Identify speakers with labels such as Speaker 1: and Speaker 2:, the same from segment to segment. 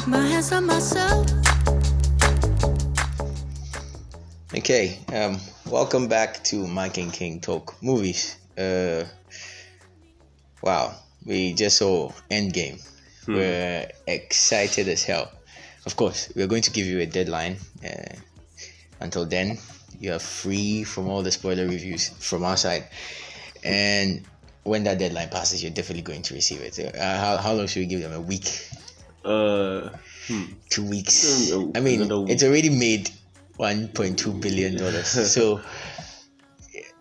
Speaker 1: from myself.
Speaker 2: Okay, um, welcome back to Mike and King Talk Movies. Uh, wow, we just saw Endgame. We're excited as hell. Of course, we're going to give you a deadline. Uh, until then, you are free from all the spoiler reviews from our side. And when that deadline passes, you're definitely going to receive it. Uh, how, how long should we give them? A week?
Speaker 3: Uh,
Speaker 2: two weeks.
Speaker 3: Um,
Speaker 2: I mean,
Speaker 3: another week.
Speaker 2: it's already made 1.2 billion dollars. so,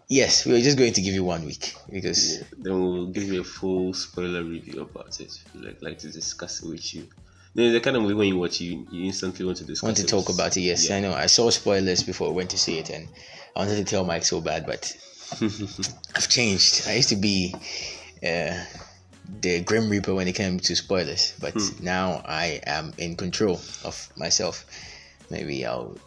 Speaker 2: yes, we're just going to give you one week because
Speaker 3: then we'll give you a full spoiler review about it. Like, like to discuss it with you. No, it's the kind of movie when you watch, you, you instantly want to discuss.
Speaker 2: want to
Speaker 3: it
Speaker 2: talk
Speaker 3: with-
Speaker 2: about it. Yes, I know. I saw spoilers before I went to see it, and I wanted to tell Mike so bad, but I've changed. I used to be uh, the Grim Reaper when it came to spoilers, but now I am in control of myself. Maybe I'll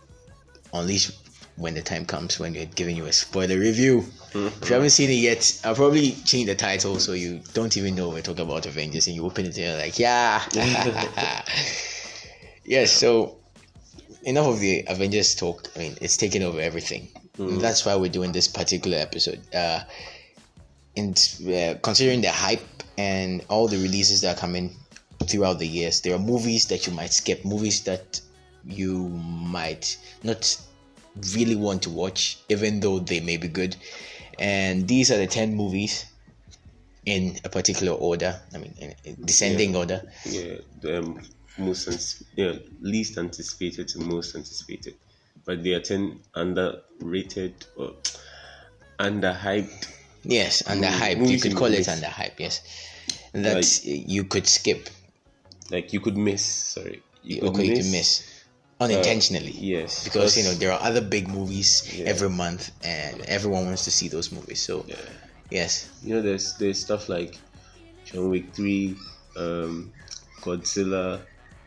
Speaker 2: unleash when the time comes when we're giving you a spoiler review. If you haven't seen it yet, I'll probably change the title so you don't even know we're talking about Avengers and you open it and you're like, yeah. yes, so enough of the Avengers talk. I mean, it's taken over everything. That's why we're doing this particular episode. Uh, and uh, considering the hype and all the releases that are coming throughout the years, there are movies that you might skip, movies that you might not really want to watch, even though they may be good. And these are the 10 movies in a particular order, I mean, in in descending order.
Speaker 3: Yeah, the um, most ans- yeah least anticipated to most anticipated, but they are ten underrated or underhyped.
Speaker 2: Yes, under hype. You
Speaker 3: movies
Speaker 2: could
Speaker 3: in
Speaker 2: call it
Speaker 3: movies.
Speaker 2: under hype, yes. That uh, you could skip,
Speaker 3: Like you could miss. Sorry, you Uh,
Speaker 2: you could miss, unintentionally.
Speaker 3: yes,
Speaker 2: Because you know
Speaker 3: because-
Speaker 2: there are other big movies
Speaker 3: Yeah.
Speaker 2: every month, and everyone wants to see those movies. So,
Speaker 3: Yeah.
Speaker 2: yes,
Speaker 3: you know there's there's stuff like John Wick three, um, Godzilla,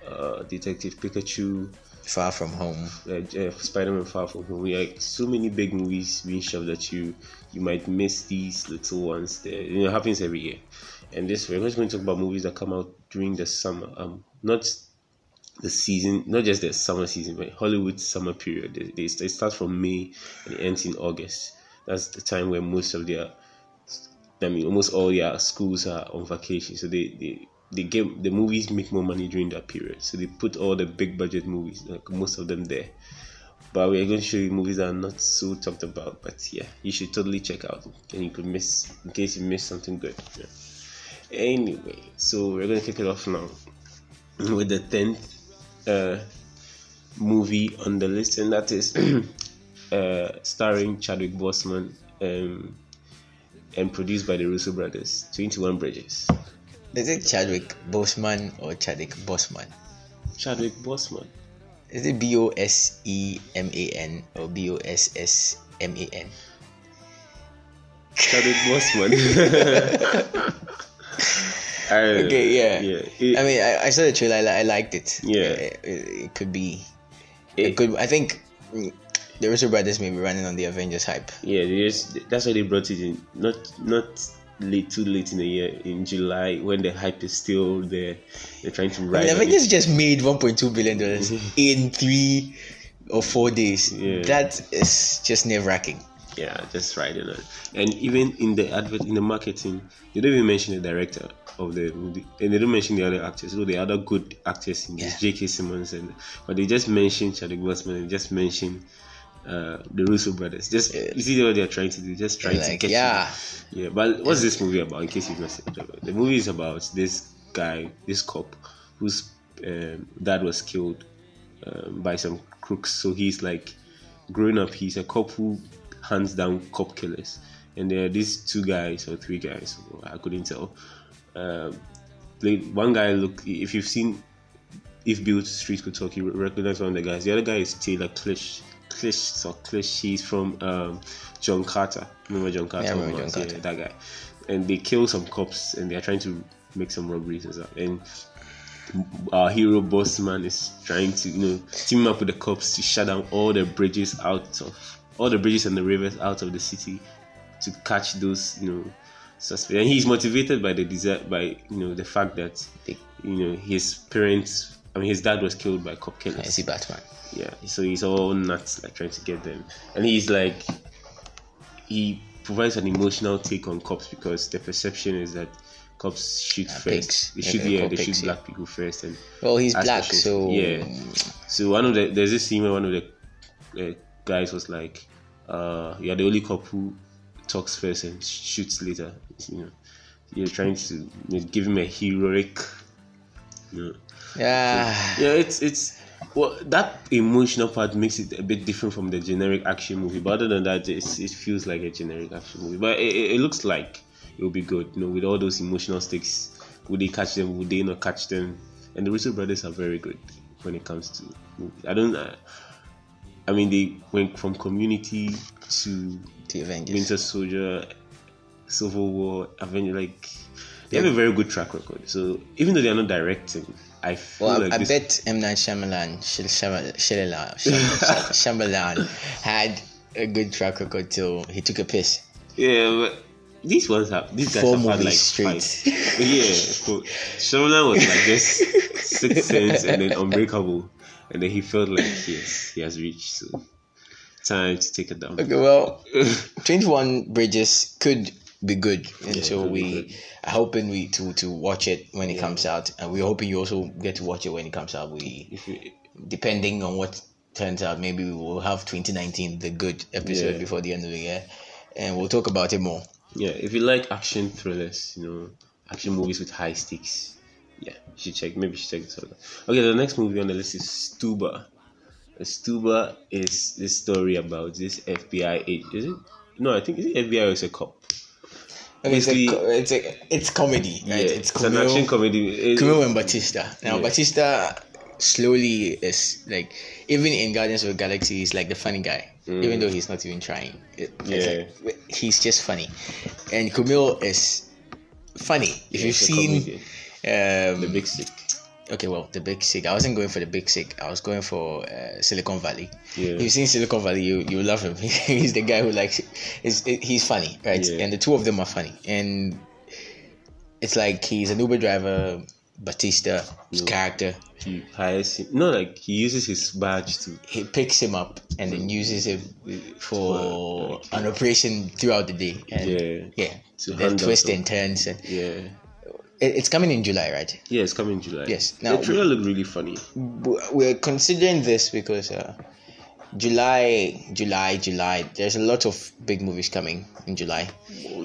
Speaker 3: uh, Detective Pikachu,
Speaker 2: Far From Home.
Speaker 3: uh, J- uh, Spider-Man Far From Home. Like so many big movies being shoved at you, you might miss these little ones. There, you know, it happens every year. And this we're just going to talk about movies that come out during the summer. Um, not the season, not just the summer season, but Hollywood summer period. They, they, it starts from May and it ends in August. That's the time where most of their, I mean, almost all their schools are on vacation. So they, they, they get, the movies make more money during that period. So they put all the big budget movies, like most of them there. But we are going to show you movies that are not so talked about. But yeah, you should totally check out. And you could miss, in case you miss something good. Yeah. Anyway, so we're going to kick it off now with the 10th uh, movie on the list, and that is uh, starring Chadwick Boseman um, and produced by the Russo brothers, 21 Bridges.
Speaker 2: Is it Chadwick Boseman or Chadwick Boseman?
Speaker 3: Chadwick Boseman.
Speaker 2: Is it B O S E M A N or B O S S M A N?
Speaker 3: Chadwick Boseman. I don't know.
Speaker 2: Okay, yeah.
Speaker 3: Yeah. It-
Speaker 2: I mean, I, I saw the trailer. I, li- I liked it.
Speaker 3: Yeah.
Speaker 2: It, it- it could be. It, could. I think mm, the Russo brothers may be running on the Avengers hype.
Speaker 3: Yeah, they just that's why they brought it in. Not not late too late in the year in July when the hype is still there. They're trying to
Speaker 2: I
Speaker 3: ride.
Speaker 2: mean,
Speaker 3: on it.
Speaker 2: Avengers just made 1.2 billion dollars in three or four days.
Speaker 3: Yeah.
Speaker 2: That is just nerve wracking.
Speaker 3: Yeah, just riding on. And even in the advert, in the marketing, they don't even mention the director of the movie, and they don't mention the other actors. So the other good actors in this, J.K. Simmons, and but they just mention Chadwick Boseman and just mention uh, the Russo brothers. Just you see what they're trying to do. Just trying to
Speaker 2: Like,
Speaker 3: get
Speaker 2: yeah.
Speaker 3: you. Yeah, but what's this movie about? In case you've not seen it, the movie is about this guy, this cop, whose um, dad was killed um, by some crooks. So he's like, growing up, he's a cop who hands down cop killers. And there are these two guys or three guys, I couldn't tell. Um, they- one guy look if you've seen if Built Street could talk, you recognize one of the guys. The other guy is Taylor Clish. Clish or Clish, he's from um, John Carter. Remember John Carter?
Speaker 2: Yeah, I remember John
Speaker 3: Yeah, that guy. And they kill some cops and they're trying to make some robberies and stuff. And our hero Bossman is trying to, you know, team up with the cops to shut down all the bridges out of all the bridges and the rivers out of the city to catch those, you know, suspects. And he's motivated by the desire by you know the fact that you know his parents I mean, his dad was killed by cop
Speaker 2: I
Speaker 3: killers.
Speaker 2: see Batman.
Speaker 3: Yeah, so he's all nuts, like trying to get them, and he's like, he provides an emotional take on cops because the perception is that cops shoot first.
Speaker 2: pigs.
Speaker 3: They
Speaker 2: Yeah,
Speaker 3: shoot
Speaker 2: they're
Speaker 3: yeah,
Speaker 2: called
Speaker 3: they
Speaker 2: pigs,
Speaker 3: shoot
Speaker 2: yeah.
Speaker 3: black people first, and
Speaker 2: Well, he's
Speaker 3: That's
Speaker 2: black,
Speaker 3: what she-
Speaker 2: so
Speaker 3: yeah. so one of the there's this scene where one of the uh, guys was like, uh, "You're the only cop who talks first and shoots later." You know, you're trying to you know, give him a heroic, you know,
Speaker 2: yeah.
Speaker 3: yeah, it's it's well that emotional part makes it a bit different from the generic action movie. But other than that, it's, it feels like a generic action movie. But it, it, it looks like it'll be good. You know, with all those emotional stakes, would they catch them? Would they not catch them? And the Russo brothers are very good when it comes to movies. I don't. Uh, I mean, they went from Community to
Speaker 2: The Avengers.
Speaker 3: Winter Soldier, Civil War, Avenger. Like they have a very good track record. So even though they are not directing, I feel
Speaker 2: Well,
Speaker 3: like
Speaker 2: I, I
Speaker 3: this
Speaker 2: bet M Night Shyamalan, Sh- Shama- Shyamalan, Sham- Shyamalan had a good track record till he took a piss.
Speaker 3: Yeah, but these ones have these guys
Speaker 2: Four
Speaker 3: have had
Speaker 2: movies
Speaker 3: like
Speaker 2: straight.
Speaker 3: five. yeah, cool. Shyamalan was like this Six Sense and then Unbreakable, and then he felt like yes, he has reached. So time to take a dump.
Speaker 2: Okay, well, 21 Bridges could be good, and
Speaker 3: Yeah,
Speaker 2: so
Speaker 3: could be
Speaker 2: we
Speaker 3: good.
Speaker 2: are hoping we to to watch it when it comes out, and we're hoping you also get to watch it when it comes out. We
Speaker 3: If we-
Speaker 2: depending on what turns out, maybe we will have 2019 the good episode
Speaker 3: Yeah.
Speaker 2: before the end of the year, and we'll talk about it more.
Speaker 3: yeah, if you like action thrillers, you know, action movies with high stakes, yeah, you should check. Maybe you should check this out. Okay, the next movie on the list is Stuba. Uh, Stuba is this story about this FBI agent. Is it? No, I think is it FBI or is it a cop?
Speaker 2: I mean, it's, a,
Speaker 3: Basically-
Speaker 2: co- it's a it's comedy, right?
Speaker 3: Yeah,
Speaker 2: it's
Speaker 3: it's an action
Speaker 2: comedy.
Speaker 3: comedy. It-
Speaker 2: Kumail and Batista. Now
Speaker 3: Yeah.
Speaker 2: Batista slowly is like even in Guardians of the Galaxy he's like the funny guy.
Speaker 3: Mm.
Speaker 2: Even though he's not even trying. It- it's like, he's just funny. And Kumail is funny. If you've
Speaker 3: it's a
Speaker 2: seen
Speaker 3: comedy. the
Speaker 2: um,
Speaker 3: big sick.
Speaker 2: okay well the big sick I wasn't going for the big sick I was going for uh, Silicon Valley
Speaker 3: Yeah.
Speaker 2: if you've seen Silicon Valley you you love him he's the guy who likes is he's funny right
Speaker 3: Yeah.
Speaker 2: and the two of them are funny and it's like he's an Uber driver Batista character
Speaker 3: He hires him. No, like he uses his badge to.
Speaker 2: he picks him up and then uses him for
Speaker 3: for-
Speaker 2: an operation throughout the day and
Speaker 3: Yeah.
Speaker 2: yeah
Speaker 3: To
Speaker 2: then
Speaker 3: handle
Speaker 2: twists
Speaker 3: some-
Speaker 2: and turns and
Speaker 3: Yeah.
Speaker 2: it, it's coming in July right
Speaker 3: Yeah, it's coming in July.
Speaker 2: Yes, now-
Speaker 3: the trailer looked really funny.
Speaker 2: we're considering this because uh, July, July, July. There's a lot of big movies coming in July,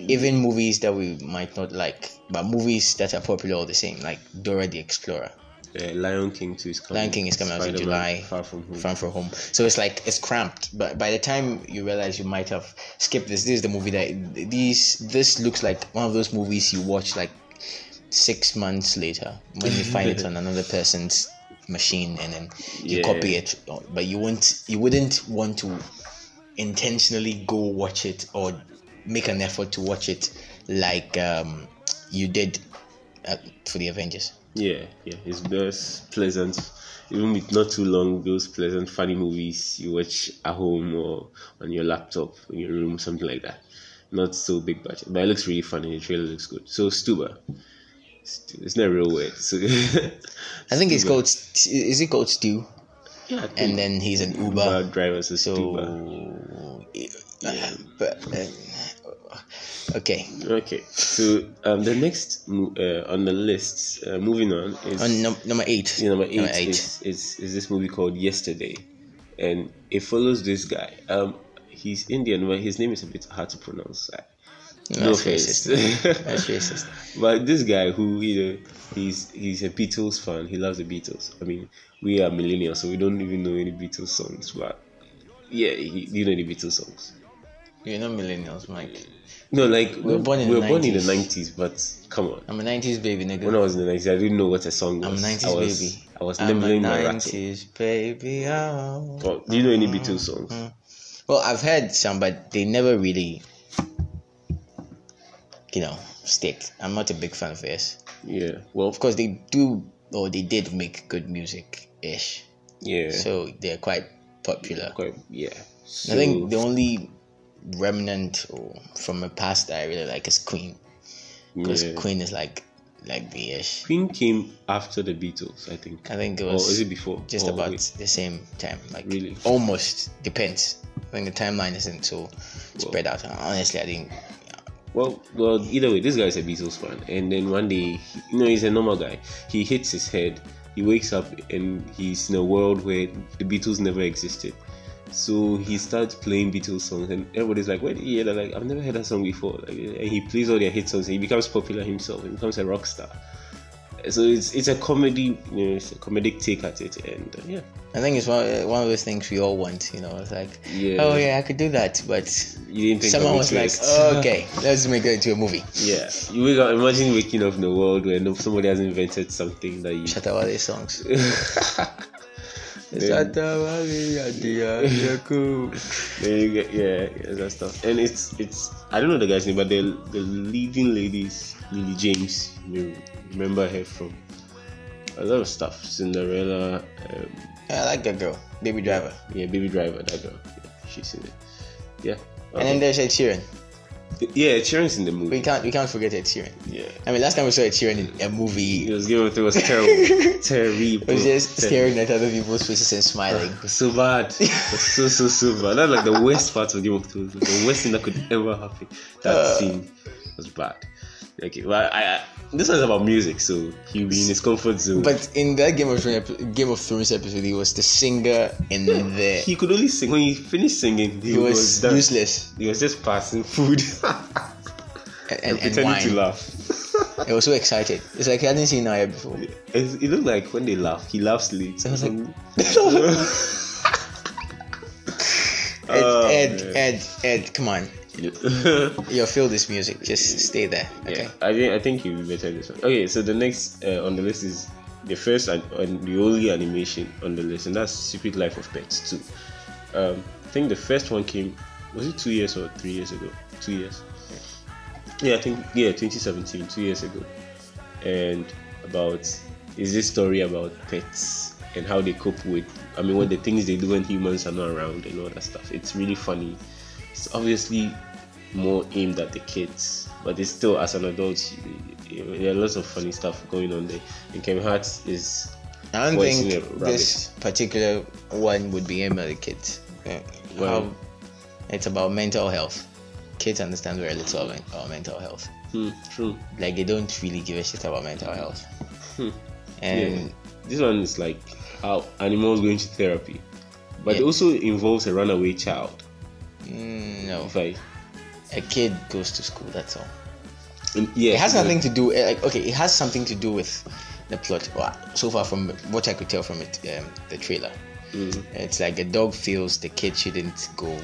Speaker 2: even movies that we might not like, but movies that are popular all the same, like Dora the Explorer,
Speaker 3: Uh, Lion King too is coming.
Speaker 2: Lion King is coming out in
Speaker 3: Spider-Man
Speaker 2: July.
Speaker 3: Far from home.
Speaker 2: From From Home. So it's like it's cramped. But by the time you realize you might have skipped this, this is the movie that these this looks like one of those movies you watch like six months later when you find it on another person's machine and then you
Speaker 3: Yeah.
Speaker 2: copy it but you won't you wouldn't want to intentionally go watch it or make an effort to watch it like um, you did uh, for the avengers
Speaker 3: Yeah, yeah, it's best pleasant. Even with not too long, those pleasant, funny movies you watch at home or on your laptop in your room, something like that. Not so big budget, but it looks really funny. The trailer looks good. So Stuba, Stu- it's not a real word. So
Speaker 2: i think it's called St- is it called stu
Speaker 3: yeah, I think
Speaker 2: and then he's an uber
Speaker 3: Uber drivers are Stuba.
Speaker 2: So, yeah, but uh, okay.
Speaker 3: Okay, so um, the next mo- uh, on the list, uh, moving on is
Speaker 2: On num- number eight.
Speaker 3: Yeah, number eight, Is, is is this movie called Yesterday, and it follows this guy. Um, he's Indian, but his name is a bit hard to pronounce. I-
Speaker 2: No,
Speaker 3: No
Speaker 2: that's
Speaker 3: offense,
Speaker 2: racist. That's racist.
Speaker 3: but this guy who you know, he's he's a Beatles fan. He loves the Beatles. I mean, we are millennials, so we don't even know any Beatles songs. But yeah, he, do you know the Beatles songs?
Speaker 2: You're not millennials, Mike.
Speaker 3: No, like we
Speaker 2: were born in
Speaker 3: we
Speaker 2: the
Speaker 3: were born in the
Speaker 2: 90s.
Speaker 3: nineties. But come on,
Speaker 2: I'm a '90s baby, nigga.
Speaker 3: when I was in the nineties, I didn't know what a song was.
Speaker 2: I'm a '90s
Speaker 3: I was,
Speaker 2: baby.
Speaker 3: I was
Speaker 2: I'm a
Speaker 3: nibbling my rattle.
Speaker 2: '90s baby. Oh.
Speaker 3: Oh, do you know any Beatles songs?
Speaker 2: Well, I've heard some, but they never really, you know, stick. I'm not a big fan of theirs.
Speaker 3: Yeah. Well,
Speaker 2: Of course, they do or they did make good music ish,
Speaker 3: yeah.
Speaker 2: so they're quite popular.
Speaker 3: quite yeah. So,
Speaker 2: I think the only remnant or from a past that I really like is Queen because
Speaker 3: yeah,
Speaker 2: Queen is like like the ish.
Speaker 3: Queen came after the Beatles, I think.
Speaker 2: I think it
Speaker 3: Or is
Speaker 2: was
Speaker 3: it before? Oh,
Speaker 2: just
Speaker 3: Or
Speaker 2: about
Speaker 3: wait,
Speaker 2: the same time, like
Speaker 3: Really?
Speaker 2: almost depends. I think the timeline isn't so spread out. Honestly, I didn't.
Speaker 3: Well, well, either way, this guy is a Beatles fan, and then one day, he- you know, he's a normal guy. He hits his head. He wakes up and he's in a world where the Beatles never existed. So he starts playing Beatles songs, and everybody's like, "Where did you hear that? Like, I've never heard that song before." Like, and he plays all their hit songs. And he becomes popular himself. He becomes a rock star. So it's it's a comedy, you know, it's a comedic take at it, and uh, yeah,
Speaker 2: I think it's one, uh, one of those things we all want. You know, it's like,
Speaker 3: Yeah.
Speaker 2: oh yeah, I could do that, but
Speaker 3: you didn't think of
Speaker 2: someone
Speaker 3: it
Speaker 2: was like,
Speaker 3: first.
Speaker 2: okay, let's make it into a movie.
Speaker 3: Yeah, you wake up. Imagine waking up in a world where no, somebody has invented something that you.
Speaker 2: Shut up, all these songs.
Speaker 3: then, then you get yeah, yeah, that stuff. And it's it's I don't know the guy's name, but the the leading ladies, Lily James, you remember her from a lot of stuff, Cinderella, um,
Speaker 2: Yeah, I like that girl, Baby Driver.
Speaker 3: yeah, Baby Driver, that girl, yeah, she's in it. Yeah,
Speaker 2: And then there's Ed Sheeran.
Speaker 3: yeah, Sharon's in the
Speaker 2: We
Speaker 3: movie.
Speaker 2: can't we can't forget Ed Sheeran.
Speaker 3: Yeah,
Speaker 2: I mean, last time we saw Ed Sheeran in a
Speaker 3: it
Speaker 2: movie,
Speaker 3: was Game of Thrones was terrible, terrible.
Speaker 2: he was just
Speaker 3: terrible.
Speaker 2: staring at other people's faces and smiling.
Speaker 3: It was so bad. It was so so so bad. That's like the worst part of Game of Thrones. Like the worst thing that could ever happen. That
Speaker 2: Uh.
Speaker 3: scene was bad. Okay, well, I, I this one's about music, so he'll be in his comfort zone.
Speaker 2: But in that Game of Thrones, epi- Game of Thrones episode, he was the singer in the.
Speaker 3: he could only sing when he finished singing. He,
Speaker 2: He was,
Speaker 3: done.
Speaker 2: useless
Speaker 3: He was just passing food
Speaker 2: and,
Speaker 3: and
Speaker 2: and, and
Speaker 3: pretending to
Speaker 2: wine.
Speaker 3: laugh.
Speaker 2: He was so excited. It's like he hadn't seen Naya before.
Speaker 3: It, it looked like when they laugh, he laughs late. I was like,
Speaker 2: Ed,
Speaker 3: Oh,
Speaker 2: Ed,
Speaker 3: man.
Speaker 2: Ed, Ed, come on. You'll feel this music. Just stay there. Okay.
Speaker 3: Yeah, I think I think you better this one. Okay, so the next uh, on the list is the first and, and the only animation on the list, and that's Secret Life of Pets too. Um, I think the first one came was it two years or three years ago? Two years. Yeah, I think yeah, 2017, two years ago, and about is this story about pets and how they cope with I mean what the things they do when humans are not around and all that stuff. It's really funny. It's obviously more aimed at the kids, but it's still as an adult, you- you- there are lots of funny stuff going on there. And Kevin Hart is
Speaker 2: I don't
Speaker 3: Voicing
Speaker 2: think
Speaker 3: a
Speaker 2: this particular one would be aimed at the kids. Uh,
Speaker 3: Well-
Speaker 2: how- it's about mental health. Kids understand very little about about mental health.
Speaker 3: hmm, true.
Speaker 2: Like they don't really give a shit about mental health.
Speaker 3: Hmm.
Speaker 2: And
Speaker 3: This one is like how animals going to therapy, but it
Speaker 2: Yeah.
Speaker 3: also involves a runaway child.
Speaker 2: mm, no,
Speaker 3: If I
Speaker 2: a kid goes to school. That's all.
Speaker 3: and yeah,
Speaker 2: It has
Speaker 3: so-
Speaker 2: nothing to do. eh, Like okay, it has something to do with the plot. Well, so far from what I could tell from it, um, the trailer.
Speaker 3: Mhm.
Speaker 2: It's like a dog feels the kid shouldn't go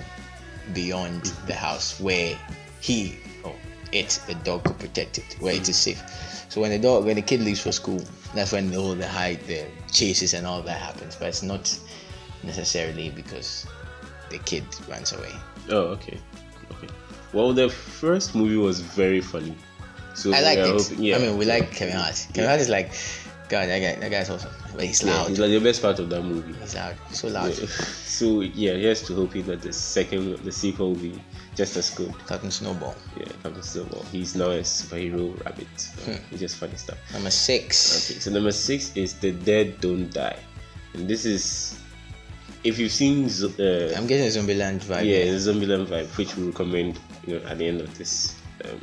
Speaker 2: beyond
Speaker 3: Mm-hmm.
Speaker 2: the house where he or it, the dog, could protect it, where
Speaker 3: Mm-hmm.
Speaker 2: it is safe. So when the dog, when the kid leaves for school, that's when all the hide, the chases and all that happens. But it's not necessarily because the kid runs away.
Speaker 3: Oh, okay, okay. Well, the first movie was very funny. So
Speaker 2: I
Speaker 3: we
Speaker 2: liked
Speaker 3: are
Speaker 2: it.
Speaker 3: hoping- yeah,
Speaker 2: I mean, we
Speaker 3: yeah.
Speaker 2: like Kevin Hart. Kevin
Speaker 3: Yeah.
Speaker 2: Hart is like, God, that guy, that guy's awesome. But he's
Speaker 3: Yeah,
Speaker 2: loud.
Speaker 3: it's like the best part of that movie.
Speaker 2: he's loud. So loud.
Speaker 3: Yeah. So yeah, here's to hoping that the second, the sequel will be just as good.
Speaker 2: Captain Snowball.
Speaker 3: Yeah, Captain Snowball. He's now a superhero rabbit.
Speaker 2: Hmm.
Speaker 3: Uh, It's just funny stuff.
Speaker 2: Number six.
Speaker 3: Okay, so number six is The Dead Don't Die, and this is if you've seen Zo- uh,
Speaker 2: I'm getting a Zombieland vibe.
Speaker 3: yeah the Zombieland vibe, which we recommend you know at the end of this um,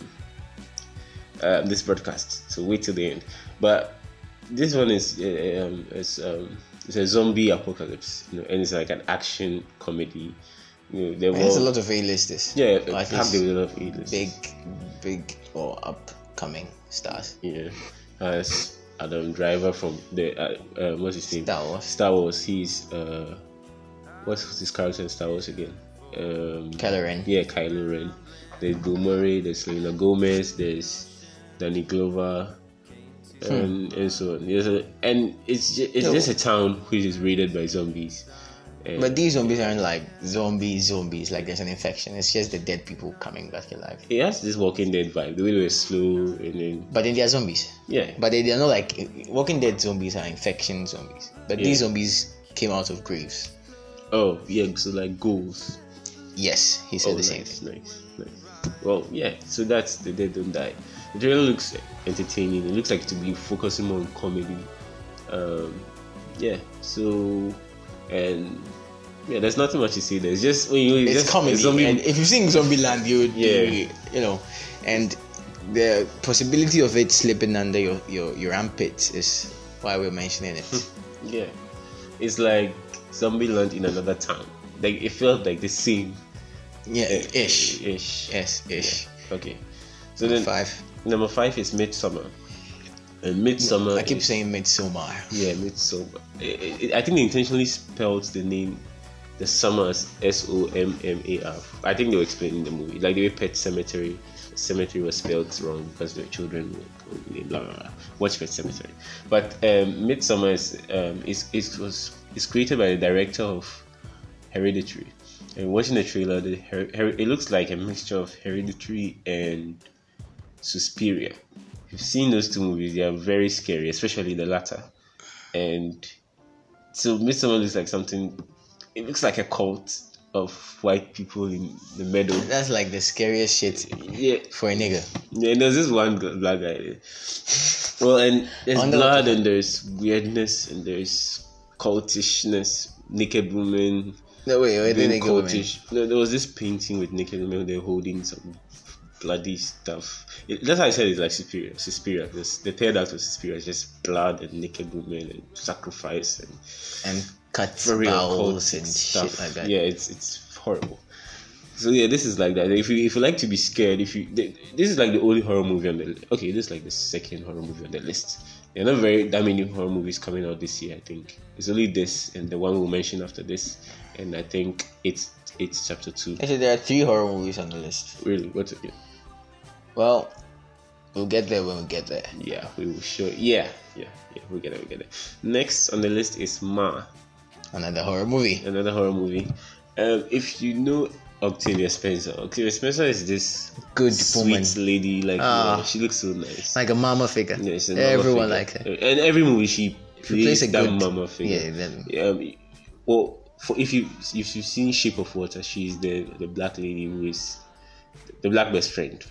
Speaker 3: uh, this broadcast. So wait till the end. But this one is uh, um, it's, um, it's a zombie apocalypse, you know, and it's like an action comedy. You know, there
Speaker 2: Man, There's
Speaker 3: was
Speaker 2: a lot of A-listers.
Speaker 3: yeah,
Speaker 2: Or at
Speaker 3: packed
Speaker 2: least
Speaker 3: with a lot of A-listers.
Speaker 2: big, big or upcoming stars.
Speaker 3: Yeah, as Adam Driver from the uh, uh, what's his name?
Speaker 2: Star Wars.
Speaker 3: Star Wars. He's uh, what's his character in Star Wars again? Um,
Speaker 2: Kylo Ren.
Speaker 3: yeah, Kylo Ren. There's Bill Murray. There's Selena Gomez. There's Danny Glover.
Speaker 2: Hmm.
Speaker 3: And, and so on. There's a- and it's just, it's
Speaker 2: No.
Speaker 3: just a town which is raided by zombies. And
Speaker 2: But these zombies aren't like zombies, zombies. Like there's an infection. It's just the dead people coming back alive.
Speaker 3: it has this Walking Dead vibe. The way they were slow and then
Speaker 2: But then they are zombies.
Speaker 3: yeah,
Speaker 2: But they, they're not like Walking Dead zombies are infection zombies. But these
Speaker 3: Yeah.
Speaker 2: zombies came out of graves.
Speaker 3: oh yeah, so like ghouls.
Speaker 2: Yes, he said
Speaker 3: Oh,
Speaker 2: the same
Speaker 3: nice,
Speaker 2: thing.
Speaker 3: nice, nice. Well, yeah. So that's the Dead Don't Die. The trailer looks entertaining. It looks like to be focusing more on comedy. Um, yeah. So, and yeah, there's nothing much to say there. It's just when you
Speaker 2: It's
Speaker 3: just,
Speaker 2: comedy,
Speaker 3: zombie-
Speaker 2: and if you've seen Zombieland, you would
Speaker 3: Yeah.
Speaker 2: you, you know, and the possibility of it slipping under your your, your armpit is why we're mentioning
Speaker 3: Hmm.
Speaker 2: it.
Speaker 3: Yeah. It's like zombie land in another town. Like it felt like the same.
Speaker 2: yeah, ish,
Speaker 3: Ish.
Speaker 2: yes, ish.
Speaker 3: Okay. So then
Speaker 2: Five.
Speaker 3: number five is midsummer. And midsummer
Speaker 2: I keep
Speaker 3: is-
Speaker 2: saying midsummer.
Speaker 3: Yeah, midsummer. It, it, eh, I think they intentionally spelled the name the summer as S O M M A R. I think they were explaining the movie. Like the way Pet Cemetery Cemetery was spelled wrong because their children were named blah blah blah. Watch Pet Cemetery. But um Midsummer is um is is was is created by the director of Hereditary. And watching the trailer, the her- her- it looks like a mixture of Hereditary and Suspiria. If you've seen those two movies, they are very scary, especially the latter. And so Midsummer looks like something. It looks like a cult of white people in the meadow.
Speaker 2: That's like the scariest shit
Speaker 3: Yeah,
Speaker 2: for a nigga.
Speaker 3: yeah. And there's this one g- black guy. there. Well, and there's
Speaker 2: Under-
Speaker 3: blood, and there's weirdness, and there's cultishness. Naked woman
Speaker 2: No wait, wait,
Speaker 3: being
Speaker 2: did they go? man?
Speaker 3: cultish. No, there was this painting with naked women. They're holding some bloody stuff. It, that's how I said it's like Suspiria. Suspiria. This, the third act of Suspiria is just blood and naked women and sacrifice and
Speaker 2: And cut
Speaker 3: very
Speaker 2: bowels
Speaker 3: occult
Speaker 2: and
Speaker 3: stuff.
Speaker 2: shit like that.
Speaker 3: Yeah, it's it's horrible. So yeah, this is like that. If you if you like to be scared, if you th- this is like the only horror movie on the okay, this is like the second horror movie on the list. There are not very that many horror movies coming out this year. I think it's only this and the one we'll mention after this, and I think it's it's chapter two.
Speaker 2: Actually, there are three horror movies on the list.
Speaker 3: Really, what?
Speaker 2: Well, we'll get there when we get there.
Speaker 3: Yeah, we will show. Yeah, yeah, yeah. We get it. We get it. Next on the list is Ma.
Speaker 2: Another horror movie.
Speaker 3: another horror movie. Um, if you know Octavia Spencer, Octavia Spencer is this
Speaker 2: Good
Speaker 3: sweet
Speaker 2: woman,
Speaker 3: lady. Like
Speaker 2: Ah.
Speaker 3: yeah, she looks so nice.
Speaker 2: like a mama figure.
Speaker 3: Yeah, she's a mama
Speaker 2: Everyone
Speaker 3: figure.
Speaker 2: like her.
Speaker 3: And every movie she
Speaker 2: She plays
Speaker 3: plays,
Speaker 2: a
Speaker 3: that
Speaker 2: good
Speaker 3: mama figure.
Speaker 2: Yeah, then
Speaker 3: Yeah. Um, well, for if you if you've seen Shape of Water, she's the the black lady who is the black best friend.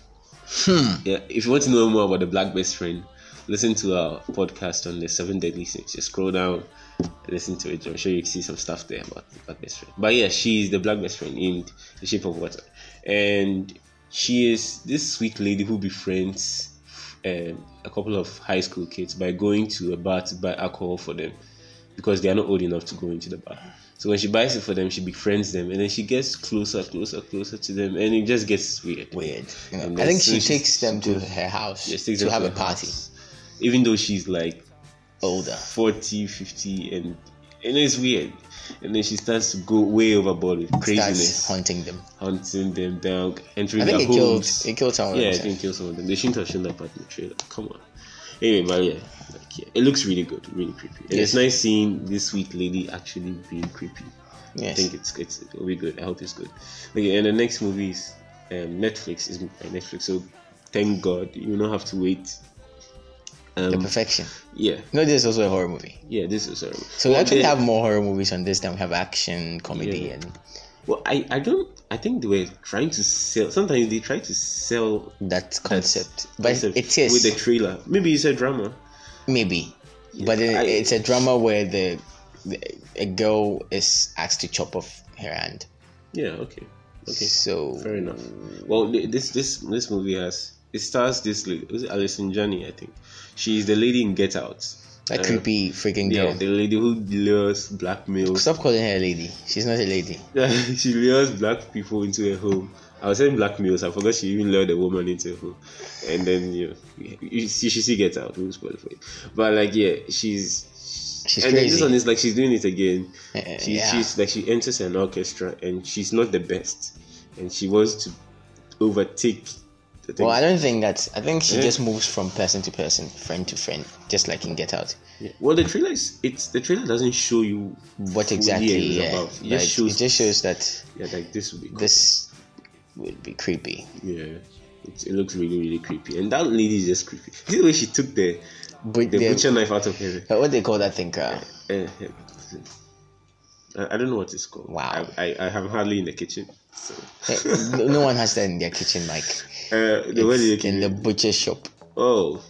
Speaker 3: Yeah. If you want to know more about the black best friend, listen to our podcast on the seven deadly sins. Just scroll down, listen to it. I'm sure you see some stuff there about the black best friend. But yeah, she's the black best friend in The Shape of Water, and she is this sweet lady who befriends. Um, a couple of high school kids by going to a bar to buy alcohol for them because they are not old enough to go into the bar. So when she buys it for them, she befriends them, and then she gets closer, closer, closer to them, and it just gets weird.
Speaker 2: weird. you know.
Speaker 3: And
Speaker 2: I think
Speaker 3: that's
Speaker 2: she
Speaker 3: when she-
Speaker 2: takes them to her house
Speaker 3: She takes
Speaker 2: to
Speaker 3: them
Speaker 2: have
Speaker 3: her
Speaker 2: a party.
Speaker 3: house. even though she's like
Speaker 2: Older.
Speaker 3: 40, 50, and and it's weird. And then she starts to go way overboard with
Speaker 2: Starts
Speaker 3: craziness,
Speaker 2: hunting them.
Speaker 3: hunting them down, entering
Speaker 2: I think
Speaker 3: their
Speaker 2: it killed.
Speaker 3: homes.
Speaker 2: It killed someone.
Speaker 3: yeah, I
Speaker 2: wasn't
Speaker 3: think kill some of them. They shouldn't have shown that part in the trailer. Come on. Anyway, but yeah, like, yeah, it looks really good, really creepy, and
Speaker 2: Yes.
Speaker 3: it's nice seeing this sweet lady actually being creepy.
Speaker 2: it?
Speaker 3: I
Speaker 2: Yes.
Speaker 3: think it's it's it'll be good. I hope it's good. Okay, and the next movie is um, Netflix is by Netflix. So thank God you don't have to wait.
Speaker 2: the
Speaker 3: Um,
Speaker 2: perfection.
Speaker 3: yeah,
Speaker 2: No, this is also a horror movie.
Speaker 3: yeah. This is horrible.
Speaker 2: So we
Speaker 3: Well,
Speaker 2: actually
Speaker 3: the-
Speaker 2: have more horror movies on this than we have action, comedy,
Speaker 3: Yeah.
Speaker 2: and
Speaker 3: Well, I I don't. I think they were trying to sell. Sometimes they try to sell
Speaker 2: that concept. but
Speaker 3: concept
Speaker 2: it is
Speaker 3: with the trailer. Maybe it's a drama.
Speaker 2: maybe, but it,
Speaker 3: I-
Speaker 2: it's a drama where the, the a girl is asked to chop off her hand.
Speaker 3: Yeah. Okay. Okay.
Speaker 2: So
Speaker 3: Fair enough. Well, th- this this this movie has it stars this lady. Was it Alison Janney? I think she's the lady in Get Out.
Speaker 2: that
Speaker 3: Uh,
Speaker 2: creepy freaking
Speaker 3: Yeah,
Speaker 2: girl.
Speaker 3: the lady who lures blackmails.
Speaker 2: Stop calling her a lady. She's not a lady.
Speaker 3: she lures black people into her home. I was saying blackmails. I forgot she even lured a woman into her home, and then you, know, you, you see she see Get Out. We'll spoil it for you. But like, yeah, she's.
Speaker 2: She's
Speaker 3: and then this
Speaker 2: crazy.
Speaker 3: one is like she's doing it again.
Speaker 2: Uh,
Speaker 3: She,
Speaker 2: yeah.
Speaker 3: She's like she enters an orchestra and she's not the best, and she wants to overtake. The thing.
Speaker 2: Well, I don't think that's. I think she
Speaker 3: Yeah.
Speaker 2: just moves from person to person, friend to friend, just like in Get Out.
Speaker 3: Yeah. Well, the trailer is it's the trailer doesn't show you
Speaker 2: What
Speaker 3: fully
Speaker 2: exactly?
Speaker 3: it's
Speaker 2: Yeah,
Speaker 3: about. It
Speaker 2: like,
Speaker 3: just shows
Speaker 2: it just shows that
Speaker 3: yeah, like this would be cool.
Speaker 2: this would be creepy.
Speaker 3: yeah. It, it looks really really creepy, and that lady is just creepy. This way she took the
Speaker 2: But
Speaker 3: the
Speaker 2: the-
Speaker 3: butcher knife out of her.
Speaker 2: uh, what they call that thing? Uh,
Speaker 3: Uh, I, I don't know what it's called.
Speaker 2: Wow.
Speaker 3: I, I, I have hardly in the kitchen. So
Speaker 2: Eh, no no one has that in their kitchen, Mike.
Speaker 3: uh, the way they
Speaker 2: It's
Speaker 3: can
Speaker 2: in the butcher shop.
Speaker 3: Oh,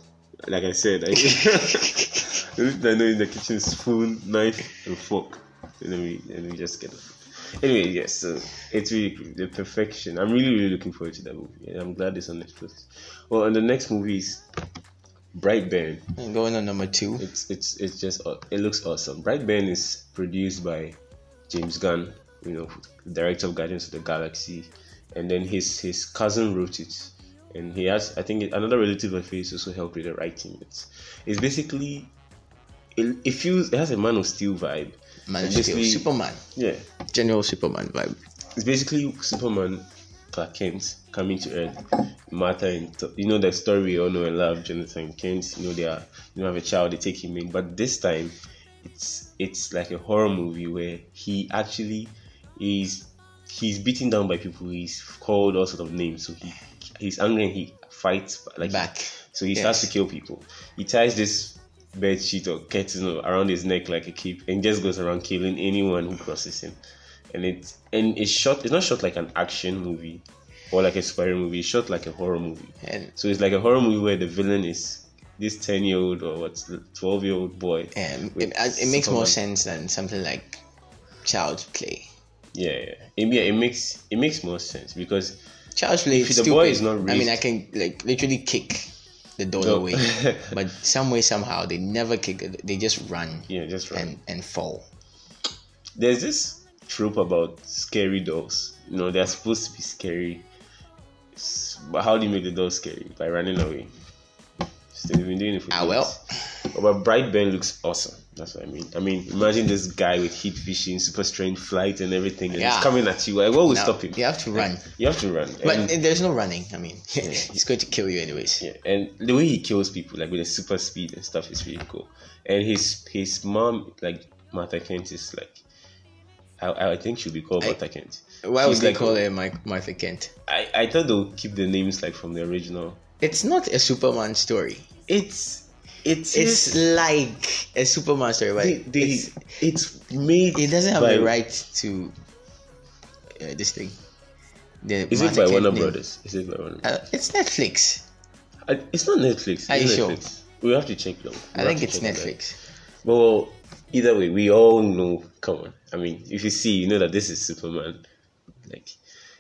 Speaker 3: like I said, I, the only thing I know in the kitchen is spoon, knife, and fork. And then we and we just get it. Anyway, yes, so it's really cool. the perfection. I'm really really looking forward to that movie, and I'm glad it's on Netflix. Well, and the next movie is Brightburn.
Speaker 2: And going on number two.
Speaker 3: It's it's it's just aw- it looks awesome. Brightburn is produced by James Gunn, you know, director of Guardians of the Galaxy, and then his his cousin wrote it, and he has I think another relative of his also helped with the writing. It's it's basically it, it feels it has a Man of Steel vibe.
Speaker 2: Man,
Speaker 3: It's
Speaker 2: of Steel,
Speaker 3: basically-
Speaker 2: Superman.
Speaker 3: Yeah,
Speaker 2: General Superman vibe.
Speaker 3: it's basically Superman, Clark Kent coming to Earth. Martha and Th- you know the story we all know and love, Jonathan and Kent. You know they are you know have a child, they take him in, but this time it's it's like a horror movie where he actually is he's beaten down by people. He's called all sort of names, so he he's angry and he fights like
Speaker 2: Back.
Speaker 3: so he
Speaker 2: Yes.
Speaker 3: starts to kill people. He ties this bed sheet or curtain around his neck like a cape and just goes around killing anyone who crosses him. And it's and it's shot it's not shot like an action movie or like a superhero movie, it's shot like a horror movie.
Speaker 2: And
Speaker 3: So it's like a horror movie where the villain is this ten year old or what's the twelve year old boy.
Speaker 2: um,
Speaker 3: with
Speaker 2: it, it makes more
Speaker 3: Superman.
Speaker 2: sense than something like child's play.
Speaker 3: Yeah, yeah. It, yeah, it makes it makes more sense because
Speaker 2: Child's play.
Speaker 3: If
Speaker 2: is
Speaker 3: the
Speaker 2: stupid.
Speaker 3: boy is not
Speaker 2: I mean,
Speaker 3: raised-
Speaker 2: I can like literally kick the door
Speaker 3: No.
Speaker 2: away, but some way somehow they never kick. it. They just run
Speaker 3: yeah, just right.
Speaker 2: and and fall.
Speaker 3: there's this trope about scary dolls. You know, they're supposed to be scary. S- But how do you make the doll scary? By running away. So they've been doing it for
Speaker 2: Ah,
Speaker 3: years.
Speaker 2: well.
Speaker 3: Oh, But Brightburn looks awesome. That's what I mean. I mean, imagine this guy with heat vision, super strength, flight, and everything, and
Speaker 2: Yeah.
Speaker 3: he's coming at you. Like, what will
Speaker 2: Now,
Speaker 3: stop him?
Speaker 2: You have to run,
Speaker 3: You have to run.
Speaker 2: but
Speaker 3: And-
Speaker 2: there's no running. I mean, he's going to kill you anyways.
Speaker 3: yeah, and the way he kills people, like with the super speed and stuff, is really cool. And his his mom, like Martha Kent, is like, I, I think she'll be called
Speaker 2: I-
Speaker 3: Martha Kent.
Speaker 2: Why
Speaker 3: She's
Speaker 2: would they
Speaker 3: like-
Speaker 2: call her Mike Martha Kent?
Speaker 3: I, I thought they'll keep the names like from the original.
Speaker 2: It's not a Superman story.
Speaker 3: It's it's
Speaker 2: It's like a Superman story, but
Speaker 3: they, they,
Speaker 2: it's-
Speaker 3: it's, made.
Speaker 2: It doesn't have
Speaker 3: by,
Speaker 2: the right to uh, this thing. The
Speaker 3: Is it
Speaker 2: Martha
Speaker 3: by
Speaker 2: Kent
Speaker 3: Warner
Speaker 2: name.
Speaker 3: Brothers? Is it by Warner?
Speaker 2: Uh, it's Netflix.
Speaker 3: I, it's not Netflix.
Speaker 2: Are
Speaker 3: it's
Speaker 2: you sure?
Speaker 3: Netflix. We have to check though. We
Speaker 2: I
Speaker 3: have
Speaker 2: think
Speaker 3: to
Speaker 2: it's
Speaker 3: check on that.
Speaker 2: Netflix.
Speaker 3: But well, either way, we all know. Come on, I mean, if you see, you know that this is Superman. Like,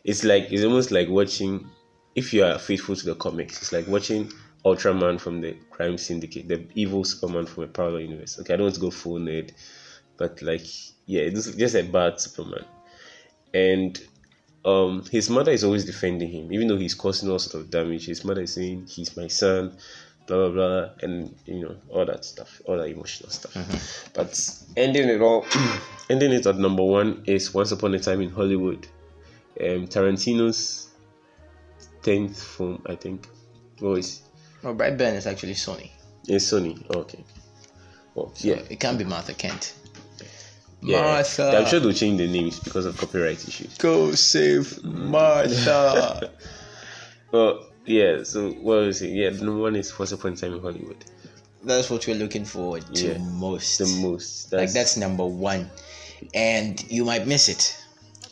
Speaker 3: it's like it's almost like watching. If you are faithful to the comics, it's like watching Ultraman from the Crime Syndicate, the evil Superman from a parallel universe. Okay, I don't want to go full nerd, but like, yeah, it's just a bad Superman, and. Um, his mother is always defending him, even though he's causing all sort of damage. His mother is saying he's my son, blah blah blah, and you know all that stuff, all that emotional stuff. But ending it all, ending it at number one is Once Upon a Time in Hollywood, um, Tarantino's tenth film, I think. Oh, it's,
Speaker 2: Well, Brightburn is actually Sony.
Speaker 3: it's Sony. Oh, okay. Well, yeah,
Speaker 2: It can't be Martha Kent.
Speaker 3: yeah.
Speaker 2: Martha.
Speaker 3: I'm sure they'll change the names because of copyright issues.
Speaker 2: Go save Martha.
Speaker 3: Well, yeah. So what was it? Yeah, number one is Once Upon a Time in Hollywood.
Speaker 2: that's what we're looking forward to
Speaker 3: Yeah.
Speaker 2: most.
Speaker 3: The most.
Speaker 2: like that's number one, and you might miss it.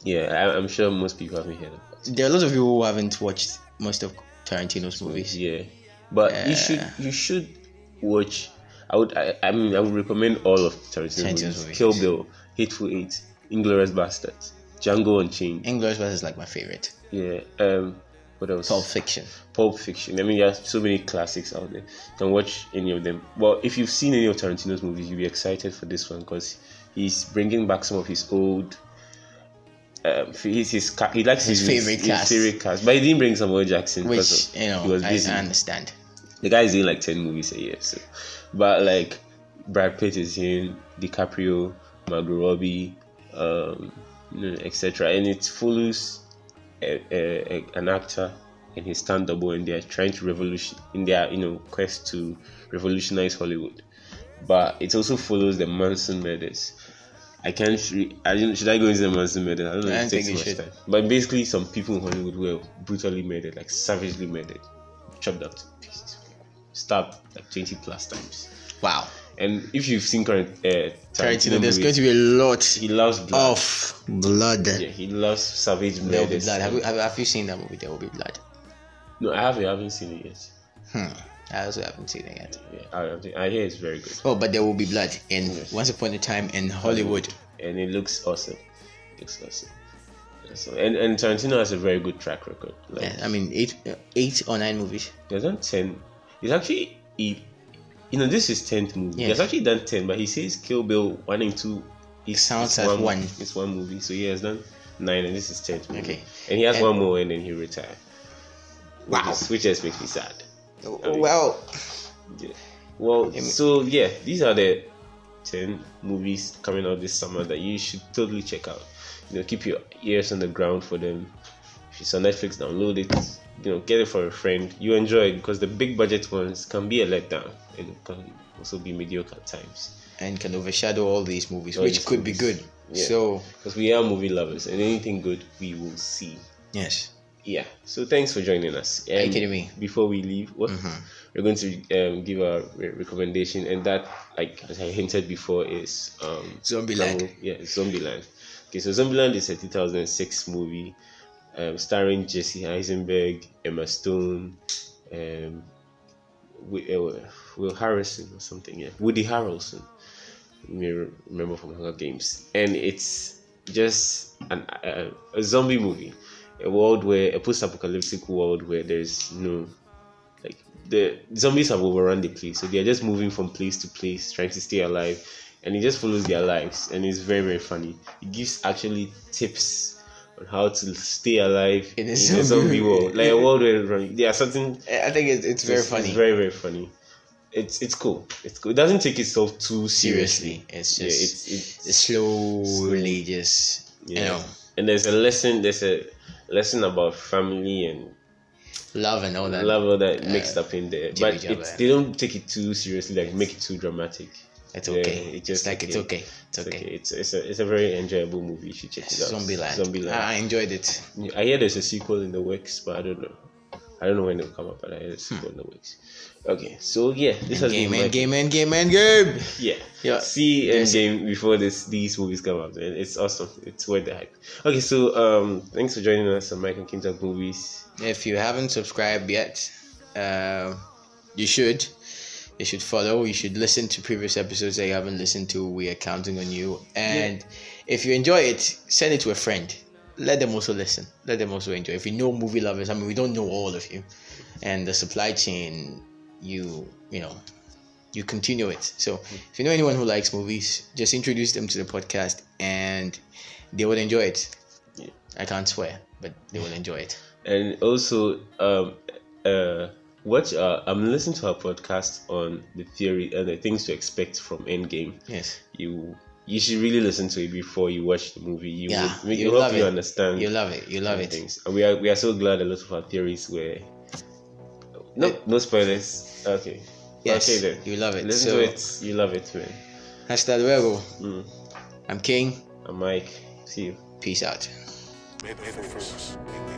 Speaker 3: Yeah, I, I'm sure most people haven't heard of it.
Speaker 2: There are a lot of people who haven't watched most of Tarantino's movies.
Speaker 3: Yeah, but you should
Speaker 2: Yeah.
Speaker 3: you should watch. I would I, I mean I would recommend all of Tarantino's
Speaker 2: Tarantino's
Speaker 3: movies.
Speaker 2: movies.
Speaker 3: Kill Bill, Hateful Eight, Inglourious Bastards, Django Unchained.
Speaker 2: Inglourious Basterds is like my favorite.
Speaker 3: Yeah. Um. What else?
Speaker 2: Pulp Fiction.
Speaker 3: Pulp Fiction. I mean, there are so many classics out there. You can watch any of them. Well, if you've seen any of Tarantino's movies, you'll be excited for this one because he's bringing back some of his old. Um, f- his, his, ca- he likes
Speaker 2: His
Speaker 3: his,
Speaker 2: favorite
Speaker 3: his
Speaker 2: cast.
Speaker 3: favorite cast, but he didn't bring Samuel Jackson because
Speaker 2: Which
Speaker 3: of,
Speaker 2: you know,
Speaker 3: he was
Speaker 2: I,
Speaker 3: busy.
Speaker 2: I understand.
Speaker 3: the guy is doing like 10 movies a year so but like brad pitt is in dicaprio margot robbie um etc and it follows a, a, a- an actor and his stand double and they are trying to revolution in their you know quest to revolutionize hollywood but it also follows the manson murders I can't. re- I didn't, should I go into the Manson murder? I don't know.
Speaker 2: I
Speaker 3: if
Speaker 2: don't
Speaker 3: it takes
Speaker 2: think
Speaker 3: much
Speaker 2: you should.
Speaker 3: time. But basically, some people in Hollywood were brutally murdered, like savagely murdered, chopped up to pieces stabbed like 20 plus times.
Speaker 2: Wow.
Speaker 3: And if you've seen current uh,
Speaker 2: Tarantino,
Speaker 3: Tarantino
Speaker 2: there's going
Speaker 3: movies,
Speaker 2: to be a lot
Speaker 3: he loves blood.
Speaker 2: of blood.
Speaker 3: Yeah, he loves savage
Speaker 2: There will be
Speaker 3: murders.
Speaker 2: blood. Have you, have, have you seen that movie? There will be blood.
Speaker 3: No, I haven't. I haven't seen it yet.
Speaker 2: Hmm. I also haven't seen it yet.
Speaker 3: Yeah, I, don't think- I hear it's very good,
Speaker 2: Oh, but there will be blood. And
Speaker 3: Yes.
Speaker 2: once upon a time in Hollywood,
Speaker 3: and it looks awesome. It looks awesome. That's all. And and Tarantino has a very good track record. Like,
Speaker 2: yeah, I mean, eight, eight or nine movies.
Speaker 3: There's not ten. He's actually he, you know, this is tenth movie.
Speaker 2: Yeah.
Speaker 3: He's actually done ten, but he says Kill Bill one and two. It
Speaker 2: Sounds as one.
Speaker 3: It's one movie, so he has done nine, and this is tenth movie.
Speaker 2: Okay.
Speaker 3: And he has
Speaker 2: And-
Speaker 3: one more, and then he retired.
Speaker 2: Wow.
Speaker 3: Which, is- which just makes me sad.
Speaker 2: Oh,
Speaker 3: mean-
Speaker 2: Well,
Speaker 3: Yeah. Well,
Speaker 2: mean-
Speaker 3: so yeah, these are the ten movies coming out this summer that you should totally check out. You know, keep your ears on the ground for them. If it's on Netflix, download it. You know, get it for a friend. You enjoy it because the big budget ones can be a letdown and can also be mediocre at times.
Speaker 2: and can overshadow all these movies,
Speaker 3: All
Speaker 2: which
Speaker 3: these
Speaker 2: could be
Speaker 3: movies.
Speaker 2: good.
Speaker 3: Yeah.
Speaker 2: So,
Speaker 3: Because we are movie lovers, and anything good we will see.
Speaker 2: yes.
Speaker 3: Yeah. So thanks for joining us.
Speaker 2: Are you
Speaker 3: And
Speaker 2: kidding me? Mm-hmm.
Speaker 3: Before we leave, what we're going to um, give our re- recommendation, and that, like as I hinted before, is um,
Speaker 2: Zombieland.
Speaker 3: Trouble- Yeah, Zombieland. Okay, so Zombieland is a 2006 movie, um, starring Jesse Eisenberg, Emma Stone, um, Wi- uh, Will Harrison or something. Yeah, Woody Harrelson. You may re- remember from Hunger Games, and it's just an, a, a zombie movie, a world where a post-apocalyptic world where there's no like the zombies have overrun the place, so they're just moving from place to place, trying to stay alive, and it just follows their lives, and it's very very funny. It gives actually tips on how to stay alive
Speaker 2: In a
Speaker 3: in a
Speaker 2: zombie
Speaker 3: zombie, world, like a world where running. There are certain
Speaker 2: I I think it's, it's very
Speaker 3: it's,
Speaker 2: funny.
Speaker 3: It's very very funny. It's it's cool. It's cool. It doesn't take itself too seriously.
Speaker 2: Seriously, it's
Speaker 3: Yeah,
Speaker 2: just
Speaker 3: it's it's
Speaker 2: slowly just
Speaker 3: yeah.
Speaker 2: you know
Speaker 3: And there's a lesson. There's a lesson about family and
Speaker 2: love and all that.
Speaker 3: level that mixed up in there.
Speaker 2: Uh, jibby
Speaker 3: But
Speaker 2: jabber.
Speaker 3: it's, they don't take it too seriously. Like make it too dramatic.
Speaker 2: It's
Speaker 3: Yeah,
Speaker 2: okay.
Speaker 3: it's
Speaker 2: it's
Speaker 3: just
Speaker 2: like it's
Speaker 3: okay.
Speaker 2: okay. It's okay.
Speaker 3: It's it's a it's a very enjoyable movie. You should check it out.
Speaker 2: Zombieland. Uh,
Speaker 3: Zombieland.
Speaker 2: I I enjoyed it.
Speaker 3: I hear there's a sequel in the works, but I don't know. I don't know when it'll come up, but I hear there's a
Speaker 2: Hmm.
Speaker 3: sequel in the works. Okay, so yeah, this has
Speaker 2: Game
Speaker 3: been my-
Speaker 2: and game and game and game.
Speaker 3: Yeah.
Speaker 2: Yeah.
Speaker 3: See Endgame before this these movies come out. man. It's awesome. It's worth the hype. Okay, so um thanks for joining us on Mike and King Talk Movies.
Speaker 2: If you haven't subscribed yet, uh, you should. You should follow. You should listen to previous episodes that you haven't listened to. We are counting on you. And if you enjoy it, send it to a friend. Let them also listen. Let them also enjoy. If you know movie lovers, I mean, we don't know all of you, and the supply chain, you you know, you continue it. So if you know anyone who likes movies, just introduce them to the podcast, and they will enjoy it.
Speaker 3: Yeah.
Speaker 2: I can't swear, but they will enjoy it.
Speaker 3: And also um uh watch uh I'm listening to our podcast on the theory and the things to expect from Endgame.
Speaker 2: Yes.
Speaker 3: You you should really listen to it before you watch the movie. You
Speaker 2: Yeah,
Speaker 3: will
Speaker 2: you'll
Speaker 3: it'll help
Speaker 2: love
Speaker 3: you
Speaker 2: it.
Speaker 3: understand
Speaker 2: You love it. You love it.
Speaker 3: things. And we are we are so glad a lot of our theories were no no spoilers. Okay.
Speaker 2: Yes.
Speaker 3: Okay then.
Speaker 2: You love it.
Speaker 3: Listen
Speaker 2: so
Speaker 3: to it. You love it, man.
Speaker 2: hasta luego.
Speaker 3: Mm.
Speaker 2: I'm King.
Speaker 3: I'm Mike. See you.
Speaker 2: Peace out.
Speaker 1: Maybe first. Maybe